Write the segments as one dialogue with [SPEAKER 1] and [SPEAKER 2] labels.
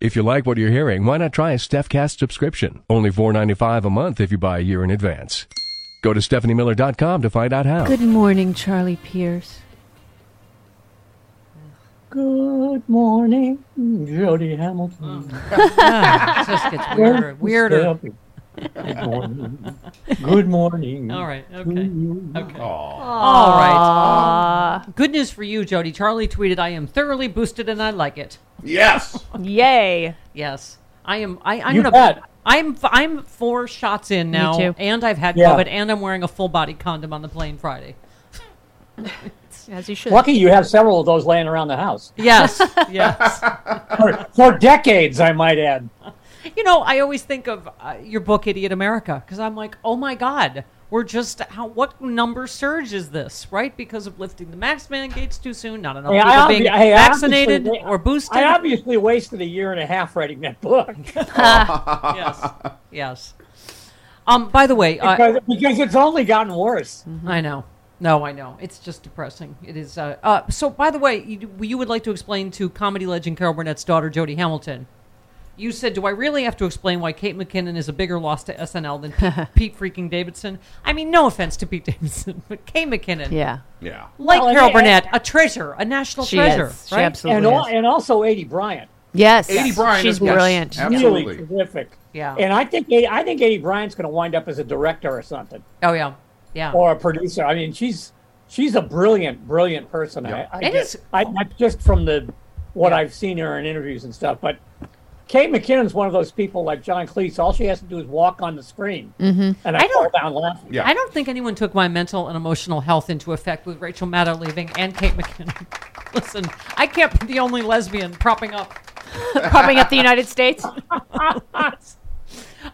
[SPEAKER 1] If you like what you're hearing, why not try a StephCast subscription? Only $4.95 a month if you buy a year in advance. Go to StephanieMiller.com to find out how.
[SPEAKER 2] Good morning, Charlie Pierce.
[SPEAKER 3] Good morning, Jody Hamilton.
[SPEAKER 4] it just gets Oh,
[SPEAKER 3] Welcome,
[SPEAKER 4] weirder, weirder.
[SPEAKER 3] Steffi. Good morning. Good morning.
[SPEAKER 4] All right,
[SPEAKER 3] to
[SPEAKER 4] okay,
[SPEAKER 3] you.
[SPEAKER 4] okay. All right.
[SPEAKER 2] Aw,
[SPEAKER 4] Good news for you, Jody. Charlie tweeted, "I am thoroughly boosted and I like it."
[SPEAKER 5] Yes.
[SPEAKER 2] yay.
[SPEAKER 4] Yes, I am. I, I'm
[SPEAKER 3] You
[SPEAKER 4] gonna.
[SPEAKER 3] bet.
[SPEAKER 4] I'm f- I'm four shots in now,
[SPEAKER 2] too.
[SPEAKER 4] and I've had
[SPEAKER 3] Yeah.
[SPEAKER 4] COVID, and I'm wearing a full body condom on the plane Friday.
[SPEAKER 2] As you should.
[SPEAKER 3] Lucky you have several of those laying around the house
[SPEAKER 4] Yes, yes.
[SPEAKER 3] for, for decades, I might add.
[SPEAKER 4] You know, I always think of uh, your book, Idiot America, because I'm like, oh my God, we're just, how, what number surge is this, right? Because of lifting the max mandates too soon, not enough
[SPEAKER 3] Hey, I
[SPEAKER 4] people
[SPEAKER 3] obvi-
[SPEAKER 4] being
[SPEAKER 3] hey, I obviously-
[SPEAKER 4] vaccinated
[SPEAKER 3] they-
[SPEAKER 4] or boosted. Uh,
[SPEAKER 3] I obviously wasted a year and a half writing that book
[SPEAKER 4] yes, yes. Um, by the way, uh,
[SPEAKER 3] because, because it's only gotten worse.
[SPEAKER 4] I know. No, I know. It's just depressing. It is. Uh, uh, so, by the way, you, you would like to explain to comedy legend Carol Burnett's daughter, Jodie Hamilton. You said, "Do I really have to explain why Kate McKinnon is a bigger loss to SNL than Pete, Pete freaking Davidson?" I mean, no offense to Pete Davidson, but Kate McKinnon,
[SPEAKER 2] Yeah,
[SPEAKER 5] Yeah.
[SPEAKER 4] like
[SPEAKER 3] Well, and-
[SPEAKER 4] Carol Burnett, a treasure, a national
[SPEAKER 2] she
[SPEAKER 4] treasure,
[SPEAKER 2] is. She
[SPEAKER 4] right?
[SPEAKER 3] And,
[SPEAKER 2] absolutely
[SPEAKER 3] all,
[SPEAKER 2] is.
[SPEAKER 3] and also 80 Bryant.
[SPEAKER 2] Yes,
[SPEAKER 5] Adi Bryant
[SPEAKER 2] she's
[SPEAKER 5] is yes,
[SPEAKER 2] brilliant.
[SPEAKER 5] Absolutely.
[SPEAKER 3] Really terrific.
[SPEAKER 4] Yeah.
[SPEAKER 3] And I think I think 80 Bryant's going to wind up as a director or something.
[SPEAKER 4] oh yeah, yeah.
[SPEAKER 3] or a producer. I mean, she's she's a brilliant, brilliant person. I, I,
[SPEAKER 4] It
[SPEAKER 3] guess-
[SPEAKER 4] is-
[SPEAKER 3] I, not just from the what I've seen her in interviews and stuff, but Kate McKinnon's one of those people like John Cleese. All she has to do is walk on the screen, and I,
[SPEAKER 4] Mm-hmm. I don't-
[SPEAKER 3] fall down laughing.
[SPEAKER 5] Yeah.
[SPEAKER 4] I don't think anyone took my mental and emotional health into effect with Rachel Maddow leaving and Kate McKinnon. Listen, I can't be the only lesbian propping up.
[SPEAKER 2] Propping up the United States.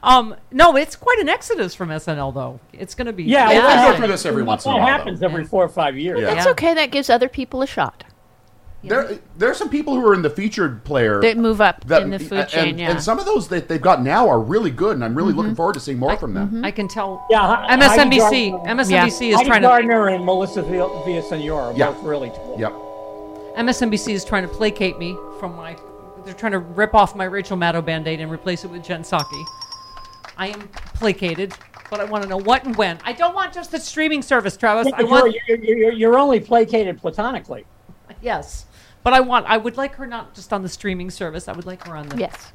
[SPEAKER 4] Um, no, it's quite an exodus from SNL though. It's going to be
[SPEAKER 3] Yeah,
[SPEAKER 5] I
[SPEAKER 3] Yeah.
[SPEAKER 5] go through this every once in a
[SPEAKER 3] That
[SPEAKER 5] while. though.
[SPEAKER 3] happens every four or five years.
[SPEAKER 5] Yeah.
[SPEAKER 2] That's okay. That gives other people a shot.
[SPEAKER 5] There, there are some people who are in the featured player
[SPEAKER 2] They move up
[SPEAKER 5] that-
[SPEAKER 2] in the food
[SPEAKER 5] and,
[SPEAKER 2] chain. yeah.
[SPEAKER 5] and some of those that they've got now are really good, and I'm really looking forward to seeing more from them.
[SPEAKER 4] I mm-hmm. can tell.
[SPEAKER 3] Yeah, Hei- Heidi
[SPEAKER 4] MSNBC,
[SPEAKER 3] Gardner-
[SPEAKER 4] MSNBC is
[SPEAKER 3] Heidi
[SPEAKER 4] trying to
[SPEAKER 3] Gardner and Melissa Vil- Villasenor are
[SPEAKER 5] Yeah.
[SPEAKER 3] both really. terrific.
[SPEAKER 5] Yep.
[SPEAKER 4] MSNBC is trying to placate me from my. They're trying to rip off my Rachel Maddow band-aid and replace it with Jen Psaki. I am placated, but I want to know what and when. I don't want just the streaming service, Travis. I
[SPEAKER 3] You're,
[SPEAKER 4] want
[SPEAKER 3] you're, you're, you're only placated platonically.
[SPEAKER 4] Yes. But I want I would like her not just on the streaming service. I would like her on the
[SPEAKER 2] yes.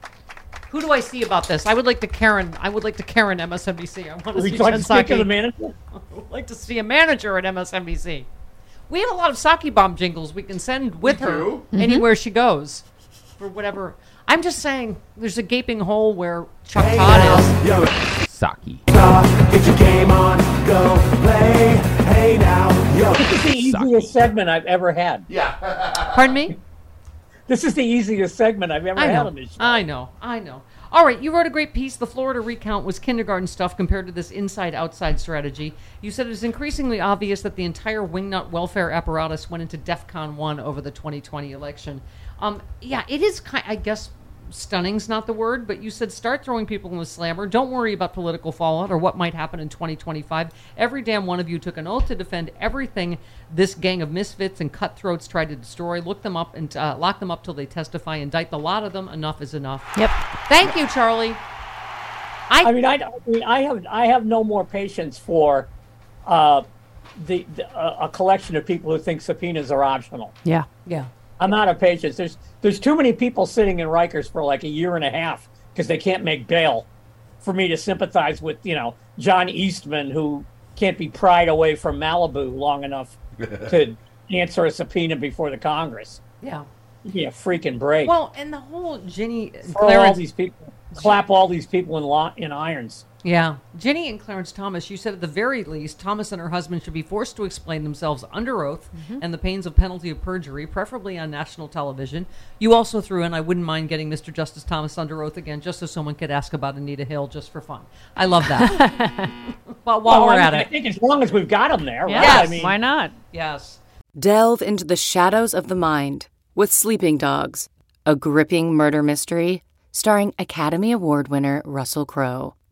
[SPEAKER 4] Who do I see about this? I would like to Karen I would like to Karen MSNBC. I want to
[SPEAKER 3] Would
[SPEAKER 4] see
[SPEAKER 3] you like
[SPEAKER 4] Jen
[SPEAKER 3] to speak to the
[SPEAKER 4] Psaki.
[SPEAKER 3] manager?
[SPEAKER 4] I would like to see a manager at MSNBC. We have a lot of Saki bomb jingles we can send with her
[SPEAKER 5] do.
[SPEAKER 4] anywhere she goes. For whatever I'm just saying there's a gaping hole where Chuck Todd is.
[SPEAKER 6] Saki.
[SPEAKER 3] This is the easiest segment I've ever had.
[SPEAKER 4] Pardon me?
[SPEAKER 3] This is the easiest segment I've ever
[SPEAKER 4] I
[SPEAKER 3] had
[SPEAKER 4] know.
[SPEAKER 3] on this show.
[SPEAKER 4] I know. I know. All right, you wrote a great piece. The Florida recount was kindergarten stuff compared to this inside outside strategy. You said it is increasingly obvious that the entire wingnut welfare apparatus went into DEFCON 1 over the 2020 election. Um, yeah, it is, ki- I guess, stunning's not the word, but you said start throwing people in the slammer. Don't worry about political fallout or what might happen in 2025. Every damn one of you took an oath to defend everything this gang of misfits and cutthroats tried to destroy. Look them up and uh, lock them up till they testify. Indict the lot of them. Enough is enough.
[SPEAKER 2] Yep.
[SPEAKER 4] Thank you, Charlie.
[SPEAKER 3] I mean, I, I mean, I have I have no more patience for uh, the, the uh, a collection of people who think subpoenas are optional.
[SPEAKER 2] Yeah.
[SPEAKER 4] Yeah.
[SPEAKER 3] I'm out of patience. There's there's too many people sitting in Rikers for like a year and a half because they can't make bail. For me to sympathize with, you know, John Eastman who can't be pried away from Malibu long enough to answer a subpoena before the Congress.
[SPEAKER 4] Yeah.
[SPEAKER 3] Yeah, freaking break.
[SPEAKER 4] Well, and the whole Ginny
[SPEAKER 3] Throw all
[SPEAKER 4] Clarence
[SPEAKER 3] these people, clap all these people in lo- in irons.
[SPEAKER 4] Yeah. Jenny and Clarence Thomas, you said at the very least, Thomas and her husband should be forced to explain themselves under oath and the pains of penalty of perjury, preferably on national television. You also threw in, I wouldn't mind getting Mr. Justice Thomas under oath again, just so someone could ask about Anita Hill just for fun. I love that. but while
[SPEAKER 3] Well,
[SPEAKER 4] we're
[SPEAKER 3] I, mean,
[SPEAKER 4] at
[SPEAKER 3] I
[SPEAKER 4] it,
[SPEAKER 3] think as long as we've got them there,
[SPEAKER 2] Yeah.
[SPEAKER 3] right? I mean,
[SPEAKER 2] Why not?
[SPEAKER 4] yes.
[SPEAKER 6] Delve into the shadows of the mind with Sleeping Dogs, a gripping murder mystery starring Academy Award winner Russell Crowe.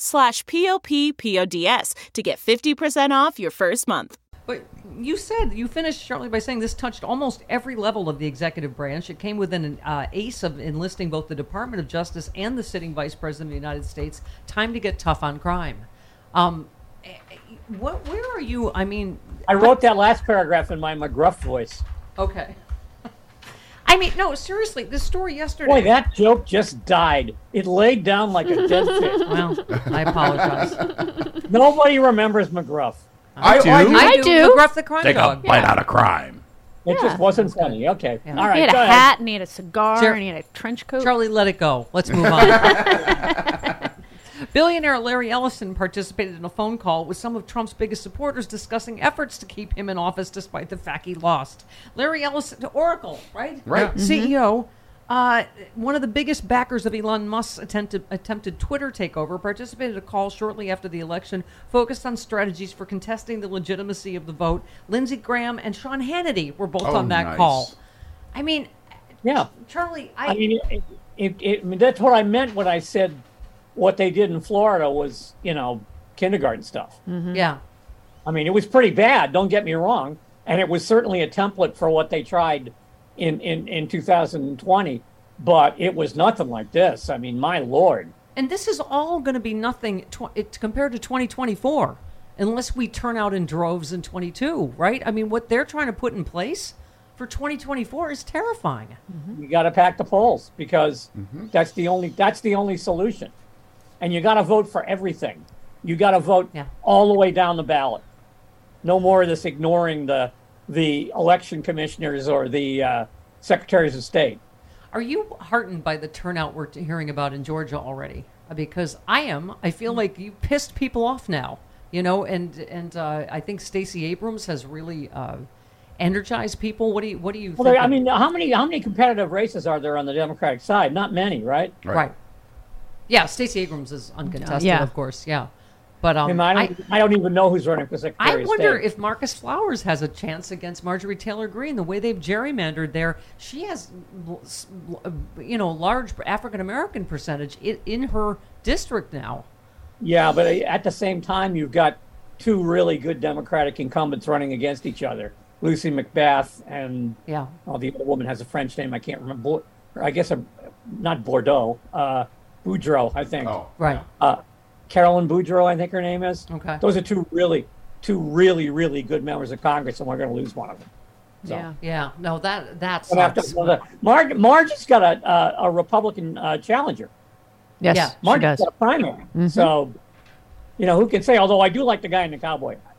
[SPEAKER 7] slash p-o-p-p-o-d-s to get 50% off your first month.
[SPEAKER 4] But you said you finished shortly by saying this touched almost every level of the executive branch. It came within an uh, ace of enlisting both the Department of Justice and the sitting Vice President of the United States. Time to get tough on crime. Um, eh, eh, what? Where are you? I mean,
[SPEAKER 3] I wrote that last paragraph in my McGruff voice.
[SPEAKER 4] okay. I mean, no, seriously. This story yesterday.
[SPEAKER 3] Boy, that joke just died. It laid down like a dead fish.
[SPEAKER 4] Well, I apologize.
[SPEAKER 3] Nobody remembers McGruff.
[SPEAKER 5] I do.
[SPEAKER 2] I do.
[SPEAKER 4] Gruff the crime
[SPEAKER 5] Take a
[SPEAKER 4] dog.
[SPEAKER 5] bite out of crime.
[SPEAKER 3] It just wasn't funny. Okay. All right.
[SPEAKER 2] He had
[SPEAKER 3] go
[SPEAKER 2] a
[SPEAKER 3] ahead.
[SPEAKER 2] hat and he had a cigar
[SPEAKER 4] Sure.
[SPEAKER 2] and he had a trench coat.
[SPEAKER 4] Charlie, let it go. Let's move on. Billionaire Larry Ellison participated in a phone call with some of Trump's biggest supporters discussing efforts to keep him in office despite the fact he lost. Larry Ellison, Oracle, right?
[SPEAKER 5] Right.
[SPEAKER 4] CEO, uh, one of the biggest backers of Elon Musk's attempted, attempted Twitter takeover, participated in a call shortly after the election focused on strategies for contesting the legitimacy of the vote. Lindsey Graham and Sean Hannity were both
[SPEAKER 5] Oh,
[SPEAKER 4] on that
[SPEAKER 5] nice.
[SPEAKER 4] call. I mean,
[SPEAKER 3] Yeah.
[SPEAKER 4] Charlie, I,
[SPEAKER 3] I mean, it, it, it, I mean, that's what I meant when I said what they did in Florida was, you know, kindergarten stuff.
[SPEAKER 4] yeah.
[SPEAKER 3] I mean, it was pretty bad. Don't get me wrong, and it was certainly a template for what they tried in in in 2020. But it was nothing like this. I mean, my lord.
[SPEAKER 4] And this is all going to be nothing tw- it, compared to 2024, unless we turn out in droves in 22, right? I mean, what they're trying to put in place for 2024 is terrifying.
[SPEAKER 3] you got to pack the polls because that's the only that's the only solution and you got to vote for everything you got to vote
[SPEAKER 4] Yeah.
[SPEAKER 3] all the way down the ballot no more of this ignoring the the election commissioners or the uh, secretaries of state
[SPEAKER 4] Are you heartened by the turnout we're t- hearing about in Georgia already? Uh, Because I am. I feel
[SPEAKER 3] Mm-hmm.
[SPEAKER 4] like you pissed people off now, you know. And and uh, I think Stacey Abrams has really uh, energized people. What do you What do you?
[SPEAKER 3] well there, i
[SPEAKER 4] thinking?
[SPEAKER 3] mean how many how many competitive races are there on the democratic side not many right
[SPEAKER 4] right. Yeah, Stacey Abrams is uncontested,
[SPEAKER 2] Yeah.
[SPEAKER 4] of course. Yeah, but um,
[SPEAKER 3] I, mean, I,
[SPEAKER 4] I,
[SPEAKER 3] don't, I, don't even know who's running for
[SPEAKER 4] I
[SPEAKER 3] secretary of
[SPEAKER 4] wonder
[SPEAKER 3] state.
[SPEAKER 4] if Marcus Flowers has a chance against Marjorie Taylor Greene. The way they've gerrymandered there, she has, l- s- l- you know, large African American percentage in, in her district now.
[SPEAKER 3] yeah but at the same time you've got two really good democratic incumbents running against each other lucy mcbeth and
[SPEAKER 4] Yeah,
[SPEAKER 3] Oh, the other woman has a French name. I can't remember. Bo- or I guess a, not Bordeaux. Uh, Boudreaux, I think.
[SPEAKER 5] Oh.
[SPEAKER 4] right.
[SPEAKER 3] Uh, Carolyn Boudreau, I think her name is.
[SPEAKER 4] Okay.
[SPEAKER 3] Those are two really, two really, really good members of Congress, and we're going to lose one of them.
[SPEAKER 2] Yeah.
[SPEAKER 4] Yeah. No, that that
[SPEAKER 3] We're gonna have to-
[SPEAKER 4] sucks.
[SPEAKER 3] Marg, Marge has got a, a, a Republican uh, challenger.
[SPEAKER 2] Yes,
[SPEAKER 4] Yeah,
[SPEAKER 2] she
[SPEAKER 3] Marge
[SPEAKER 2] does.
[SPEAKER 3] got a primary.
[SPEAKER 4] Mm-hmm.
[SPEAKER 3] So, you know, who can say? Although I do like the guy in the cowboy. hat.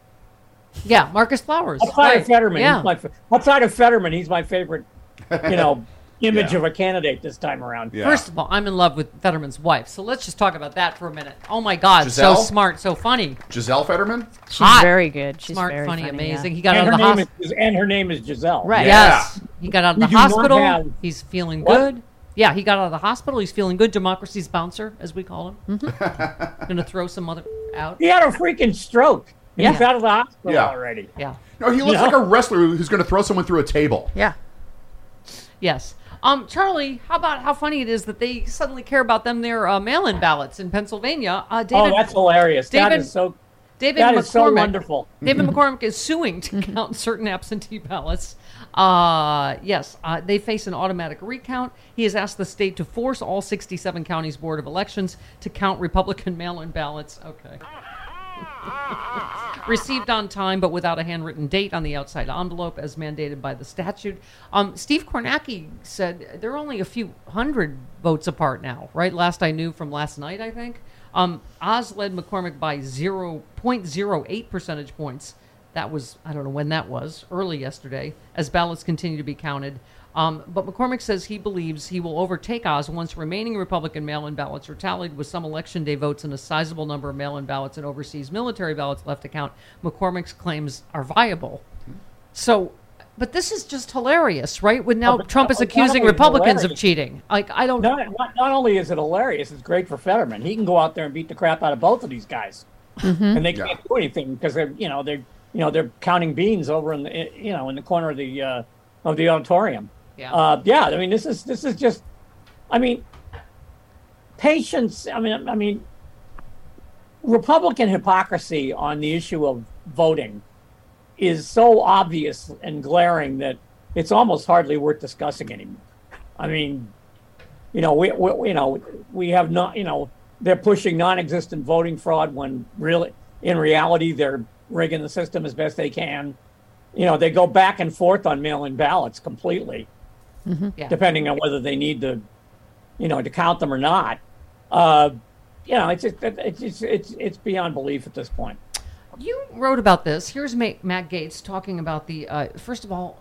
[SPEAKER 4] Yeah, Marcus Flowers.
[SPEAKER 3] Outside
[SPEAKER 4] Right.
[SPEAKER 3] of Fetterman,
[SPEAKER 4] Yeah.
[SPEAKER 3] he's my, fa- outside of Fetterman, he's my favorite. You know, image of a candidate this time around.
[SPEAKER 5] Yeah.
[SPEAKER 4] First of all, I'm in love with Fetterman's wife, so let's just talk about that for a minute. Oh my God,
[SPEAKER 5] Giselle?
[SPEAKER 4] so smart, so funny,
[SPEAKER 5] Giselle Fetterman?
[SPEAKER 2] She's
[SPEAKER 4] hot.
[SPEAKER 2] very good. She's
[SPEAKER 4] smart,
[SPEAKER 2] very
[SPEAKER 4] funny, amazing.
[SPEAKER 2] yeah.
[SPEAKER 4] He got
[SPEAKER 3] And
[SPEAKER 4] out
[SPEAKER 3] her,
[SPEAKER 4] of the
[SPEAKER 3] name
[SPEAKER 4] hospital.
[SPEAKER 3] is, and her name is Giselle.
[SPEAKER 2] Right.
[SPEAKER 5] Yeah.
[SPEAKER 4] Yes, he got out of the
[SPEAKER 3] We do not
[SPEAKER 4] hospital.
[SPEAKER 3] have-
[SPEAKER 4] He's feeling
[SPEAKER 3] What?
[SPEAKER 4] good. Yeah, he got out of the hospital. He's feeling good. Democracy's bouncer, as we call him.
[SPEAKER 3] Mm-hmm.
[SPEAKER 4] Gonna throw some mother out.
[SPEAKER 3] He had a freaking stroke. And He's
[SPEAKER 4] Yeah.
[SPEAKER 3] out of the hospital
[SPEAKER 5] Yeah.
[SPEAKER 3] already.
[SPEAKER 4] Yeah.
[SPEAKER 5] No, he looks
[SPEAKER 3] Yeah.
[SPEAKER 5] like a wrestler who's going to throw someone through a table.
[SPEAKER 2] Yeah.
[SPEAKER 4] Yes. Um, Charlie, how about how funny it is that they suddenly care about them their uh, mail-in ballots in Pennsylvania? Uh, David,
[SPEAKER 3] oh, that's hilarious. that
[SPEAKER 4] David-
[SPEAKER 3] is so.
[SPEAKER 4] David
[SPEAKER 3] That
[SPEAKER 4] McCormick.
[SPEAKER 3] is so wonderful. Mm-hmm.
[SPEAKER 4] David McCormick is suing to count certain absentee ballots. Uh, yes, uh, they face an automatic recount. He has asked the state to force all 67 counties' board of elections to count Republican mail in ballots. Okay. Received on time, but without a handwritten date on the outside envelope, as mandated by the statute. Um, Steve Kornacki said they're only a few hundred votes apart now, right? Last I knew from last night, I think. Um, Oz led McCormick by 0.08 percentage points. That was, I don't know when that was, early yesterday, as ballots continue to be counted. Um, but McCormick says he believes he will overtake Oz once remaining Republican mail in ballots are tallied, with some election day votes and a sizable number of mail in ballots and overseas military ballots left to count. McCormick's claims are viable. So, but this is just hilarious, right? When now
[SPEAKER 3] but
[SPEAKER 4] Trump
[SPEAKER 3] not-
[SPEAKER 4] is
[SPEAKER 3] not
[SPEAKER 4] accusing
[SPEAKER 3] only
[SPEAKER 4] Republicans of
[SPEAKER 3] hilarious-
[SPEAKER 4] cheating. Like, I don't know.
[SPEAKER 3] Not, not, not only is it hilarious, it's great for Fetterman. He can go out there and beat the crap out of both of these guys, and they can't do anything because they're you know they're you know they're counting beans over in the you know in the corner of the uh, of the auditorium.
[SPEAKER 4] Yeah.
[SPEAKER 3] Uh, yeah. I mean, this is this is just. I mean, patience. I mean, I mean, Republican hypocrisy on the issue of voting is so obvious and glaring that it's almost hardly worth discussing anymore. I mean, you know, we, we you know we have not you know they're pushing non-existent voting fraud when really in reality they're rigging the system as best they can. You know, they go back and forth on mail-in ballots completely,
[SPEAKER 4] Yeah.
[SPEAKER 3] depending on whether they need to, you know, to count them or not. Uh, you know, it's, it's it's it's it's beyond belief at this point.
[SPEAKER 4] You wrote about this. Here's Ma- Matt Gates talking about the uh, first of all,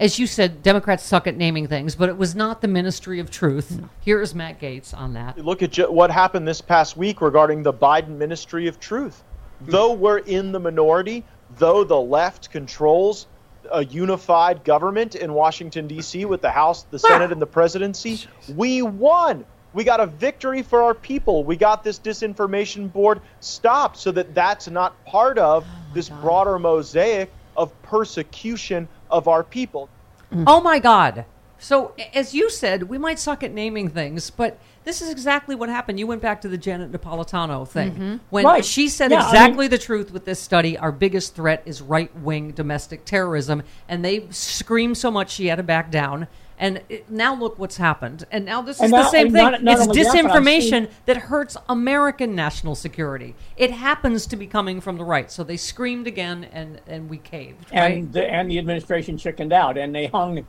[SPEAKER 4] as you said, Democrats suck at naming things, but it was not the Ministry of Truth. Here is Matt Gates on that.
[SPEAKER 8] look at ju- what happened this past week regarding the Biden Ministry of Truth. Though we're in the minority, though the left controls a unified government in Washington, D.C., with the House, the Senate, and the presidency, we won. We got a victory for our people. We got this disinformation board stopped so that that's not part of this broader mosaic of persecution of our people.
[SPEAKER 3] Mm-hmm.
[SPEAKER 4] Oh my God! So a- as you said, we might suck at naming things, but this is exactly what happened. You went back to the Janet Napolitano thing when
[SPEAKER 3] Mm-hmm. Right.
[SPEAKER 4] she said
[SPEAKER 3] Yeah, I mean-
[SPEAKER 4] exactly the truth with this study. Our biggest threat is right wing domestic terrorism, and they screamed so much she had to back down. And it, now look what's happened. And now this
[SPEAKER 3] And
[SPEAKER 4] is the
[SPEAKER 3] not-
[SPEAKER 4] same
[SPEAKER 3] and
[SPEAKER 4] thing.
[SPEAKER 3] not- not
[SPEAKER 4] it's
[SPEAKER 3] only that, but I'm
[SPEAKER 4] disinformation
[SPEAKER 3] seeing-
[SPEAKER 4] that hurts American national security. It happens to be coming from the right. So they screamed again, and and we caved. right?
[SPEAKER 3] and the, and the administration chickened out, and they hung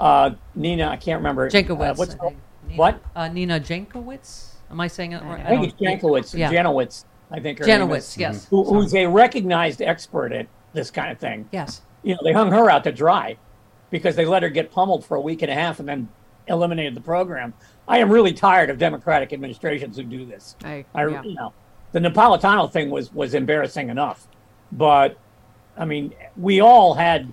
[SPEAKER 3] uh, Nina. I can't remember
[SPEAKER 4] Jankowicz.
[SPEAKER 3] Uh, what's
[SPEAKER 4] I think. Nina,
[SPEAKER 3] what?
[SPEAKER 4] Uh, Nina Jankowicz. Am I saying it right?
[SPEAKER 3] I think it's Jankowicz.
[SPEAKER 4] Yeah.
[SPEAKER 3] Janowitz. I think her name
[SPEAKER 4] Janowitz,
[SPEAKER 3] is,
[SPEAKER 4] yes.
[SPEAKER 3] Who, who's a recognized expert at this kind of thing.
[SPEAKER 4] Yes.
[SPEAKER 3] You know, they hung her out to dry because they let her get pummeled for a week and a half and then eliminated the program. I am really tired of Democratic administrations who do this.
[SPEAKER 9] I-
[SPEAKER 3] I
[SPEAKER 9] yeah.
[SPEAKER 3] you know, the Napolitano thing was was embarrassing enough, but I mean, we all had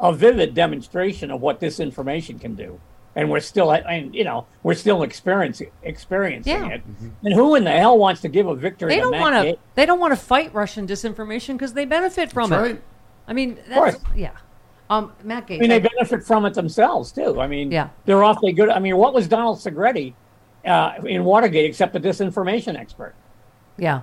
[SPEAKER 3] a vivid demonstration of what this information can do, and we're still and you know we're still experiencing experiencing
[SPEAKER 4] Yeah.
[SPEAKER 3] it. And who in the hell wants to give a victory?
[SPEAKER 4] They
[SPEAKER 3] to
[SPEAKER 4] don't
[SPEAKER 3] Matt
[SPEAKER 4] want to.
[SPEAKER 3] Gates?
[SPEAKER 4] They don't want to fight Russian disinformation because they benefit from
[SPEAKER 5] That's
[SPEAKER 4] it.
[SPEAKER 5] right.
[SPEAKER 4] I mean, that's,
[SPEAKER 3] course.
[SPEAKER 4] yeah. Um, Matt Gates.
[SPEAKER 3] I mean, they benefit from it themselves too. I mean,
[SPEAKER 4] Yeah.
[SPEAKER 3] they're awfully good. I mean, what was Donald Segretti uh, in Watergate except a disinformation expert?
[SPEAKER 4] yeah.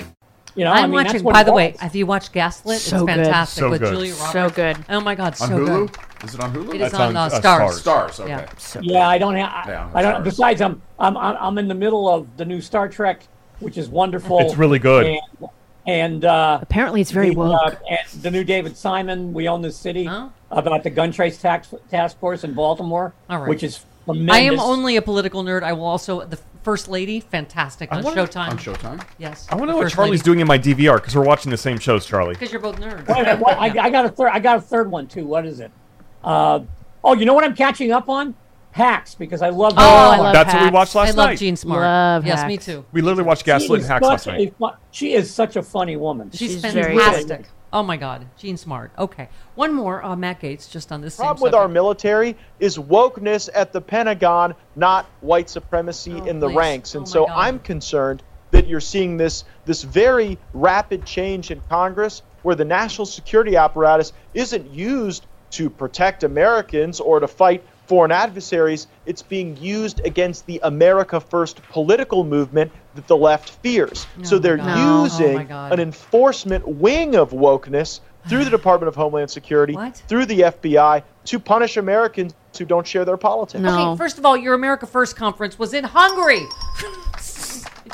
[SPEAKER 3] You know,
[SPEAKER 4] I'm
[SPEAKER 3] I mean, that's
[SPEAKER 4] watching.
[SPEAKER 3] what
[SPEAKER 4] By
[SPEAKER 3] it
[SPEAKER 4] the way,
[SPEAKER 3] was.
[SPEAKER 4] have you watched Gaslit?
[SPEAKER 3] So
[SPEAKER 4] it's
[SPEAKER 3] good.
[SPEAKER 4] fantastic
[SPEAKER 3] So
[SPEAKER 4] with
[SPEAKER 3] good.
[SPEAKER 4] Julia Roberts.
[SPEAKER 3] So good.
[SPEAKER 4] Oh my God, so
[SPEAKER 5] On Hulu?
[SPEAKER 4] good.
[SPEAKER 5] Is it on Hulu?
[SPEAKER 4] It is on, uh, Stars.
[SPEAKER 5] Stars, okay.
[SPEAKER 4] Yeah.
[SPEAKER 3] Yeah, I don't have.
[SPEAKER 5] Yeah,
[SPEAKER 3] I don't.
[SPEAKER 5] sorry.
[SPEAKER 3] Besides, I'm I'm I'm I'm in the middle of the new Star Trek, which is wonderful.
[SPEAKER 10] It's really good.
[SPEAKER 3] And, and uh,
[SPEAKER 11] Apparently it's very
[SPEAKER 3] the,
[SPEAKER 11] woke.
[SPEAKER 3] uh, and the new David Simon, we own the city, about the gun trace tax task force in Baltimore,
[SPEAKER 4] All right.
[SPEAKER 3] which is
[SPEAKER 4] I am
[SPEAKER 3] tremendous.
[SPEAKER 4] only a political nerd. I will also the First Lady, fantastic
[SPEAKER 5] I
[SPEAKER 4] on
[SPEAKER 5] wonder-
[SPEAKER 4] Showtime.
[SPEAKER 5] on Showtime?
[SPEAKER 4] Yes.
[SPEAKER 10] I want to
[SPEAKER 4] The
[SPEAKER 10] know what
[SPEAKER 4] First
[SPEAKER 10] Charlie's
[SPEAKER 4] Lady.
[SPEAKER 10] doing in my DVR because we're watching the same shows, Charlie.
[SPEAKER 4] Because you're both nerds.
[SPEAKER 3] Wait a minute, what- I, I got a third. I got a third one too. What is it? Uh, oh, you know what I'm catching up on? Hacks because Oh, I love.
[SPEAKER 2] Oh,
[SPEAKER 10] That's what we watched last night.
[SPEAKER 4] Yes, me too.
[SPEAKER 10] We literally watched
[SPEAKER 3] She
[SPEAKER 10] Gaslit
[SPEAKER 3] is
[SPEAKER 10] and Hacks last
[SPEAKER 3] such
[SPEAKER 10] night.
[SPEAKER 3] a fu- she is such a funny woman.
[SPEAKER 4] She's,
[SPEAKER 3] very
[SPEAKER 4] fantastic.
[SPEAKER 3] good.
[SPEAKER 4] Oh my God, Gene Smart. Okay, one more. Uh, Matt Gates, just on this. Same
[SPEAKER 8] problem with our military is wokeness at the Pentagon, not white supremacy in the
[SPEAKER 4] Oh, please.
[SPEAKER 8] ranks. And so I'm concerned that you're seeing this this very rapid change in Congress where the national security apparatus isn't used to protect Americans or to fight foreign adversaries, it's being used against the America First political movement that the left fears. so they're
[SPEAKER 4] God. No. Oh my
[SPEAKER 8] using
[SPEAKER 4] God.
[SPEAKER 8] an enforcement wing of wokeness through the Department of Homeland Security, through the FBI, to punish Americans who don't share their politics.
[SPEAKER 4] Okay, first of all, your America First conference was in Hungary.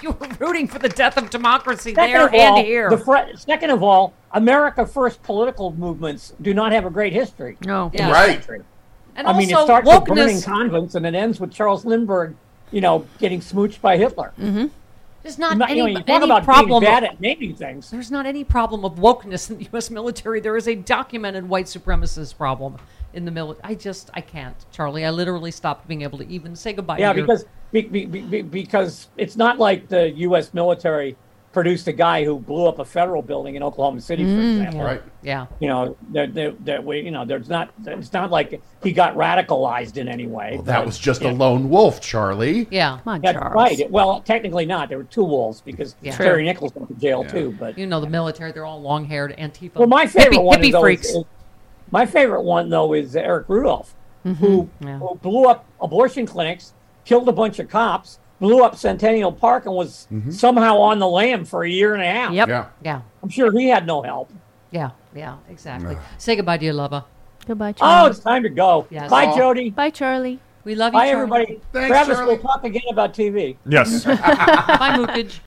[SPEAKER 4] you were rooting for the death of democracy there
[SPEAKER 3] Second of
[SPEAKER 4] and
[SPEAKER 3] all,
[SPEAKER 4] here.
[SPEAKER 3] the fr- second of all, America First political movements do not have a great history. No,
[SPEAKER 4] Yeah. Right. And
[SPEAKER 3] I mean, it
[SPEAKER 4] also,
[SPEAKER 3] starts with burning
[SPEAKER 4] wokeness-
[SPEAKER 3] convents and it ends with Charles Lindbergh, you know, getting smooched by Hitler. Mm-hmm.
[SPEAKER 4] There's not
[SPEAKER 3] you know,
[SPEAKER 4] any-
[SPEAKER 3] you talk
[SPEAKER 4] any
[SPEAKER 3] about
[SPEAKER 4] problem- Mm-hmm.
[SPEAKER 3] being bad at naming things.
[SPEAKER 4] There's not any problem of wokeness in the U.S. military. There is a documented white supremacist problem in the military. I just, I can't, Charlie. I literally stopped being able to even say goodbye.
[SPEAKER 3] Yeah,
[SPEAKER 4] to your-
[SPEAKER 3] because be, be, be, be- because it's not like the U.S. military produced a guy who blew up a federal building in Oklahoma City, for
[SPEAKER 4] Mm.
[SPEAKER 3] example.
[SPEAKER 4] Right. Yeah.
[SPEAKER 3] You know, that that that we, you know, there's not. It's not like he got radicalized in any way.
[SPEAKER 5] That
[SPEAKER 3] but-
[SPEAKER 5] was just a lone wolf, Charlie.
[SPEAKER 4] Yeah.
[SPEAKER 3] That's right. Well, technically not. There were two wolves because
[SPEAKER 4] Yeah. True.
[SPEAKER 3] Terry Nichols went to jail too. But
[SPEAKER 4] you know, the military, they're all long haired Antifa.
[SPEAKER 3] well, my favorite
[SPEAKER 4] hippie,
[SPEAKER 3] one
[SPEAKER 4] hippie
[SPEAKER 3] is always-
[SPEAKER 4] freaks.
[SPEAKER 3] is- my favorite one though is Eric Rudolph,
[SPEAKER 4] Mm-hmm.
[SPEAKER 3] who, who blew up abortion clinics, killed a bunch of cops, blew up Centennial Park, and was
[SPEAKER 4] Mm-hmm.
[SPEAKER 3] somehow on the lam for a year and a half.
[SPEAKER 4] Yep. Yeah. Yeah.
[SPEAKER 3] I'm sure he had no help.
[SPEAKER 4] yeah, yeah, exactly. Say goodbye to your lover.
[SPEAKER 11] Goodbye,
[SPEAKER 3] Oh,
[SPEAKER 11] Charlie.
[SPEAKER 3] it's time to go.
[SPEAKER 4] Yes.
[SPEAKER 3] Bye,
[SPEAKER 4] Aw.
[SPEAKER 3] Jody.
[SPEAKER 11] Bye, Charlie.
[SPEAKER 4] We love you,
[SPEAKER 3] Bye,
[SPEAKER 4] Charlie.
[SPEAKER 3] everybody.
[SPEAKER 4] Thanks,
[SPEAKER 3] Travis,
[SPEAKER 4] Charlie.
[SPEAKER 3] we'll talk again about TV.
[SPEAKER 10] Yes.
[SPEAKER 4] Bye, Mookage.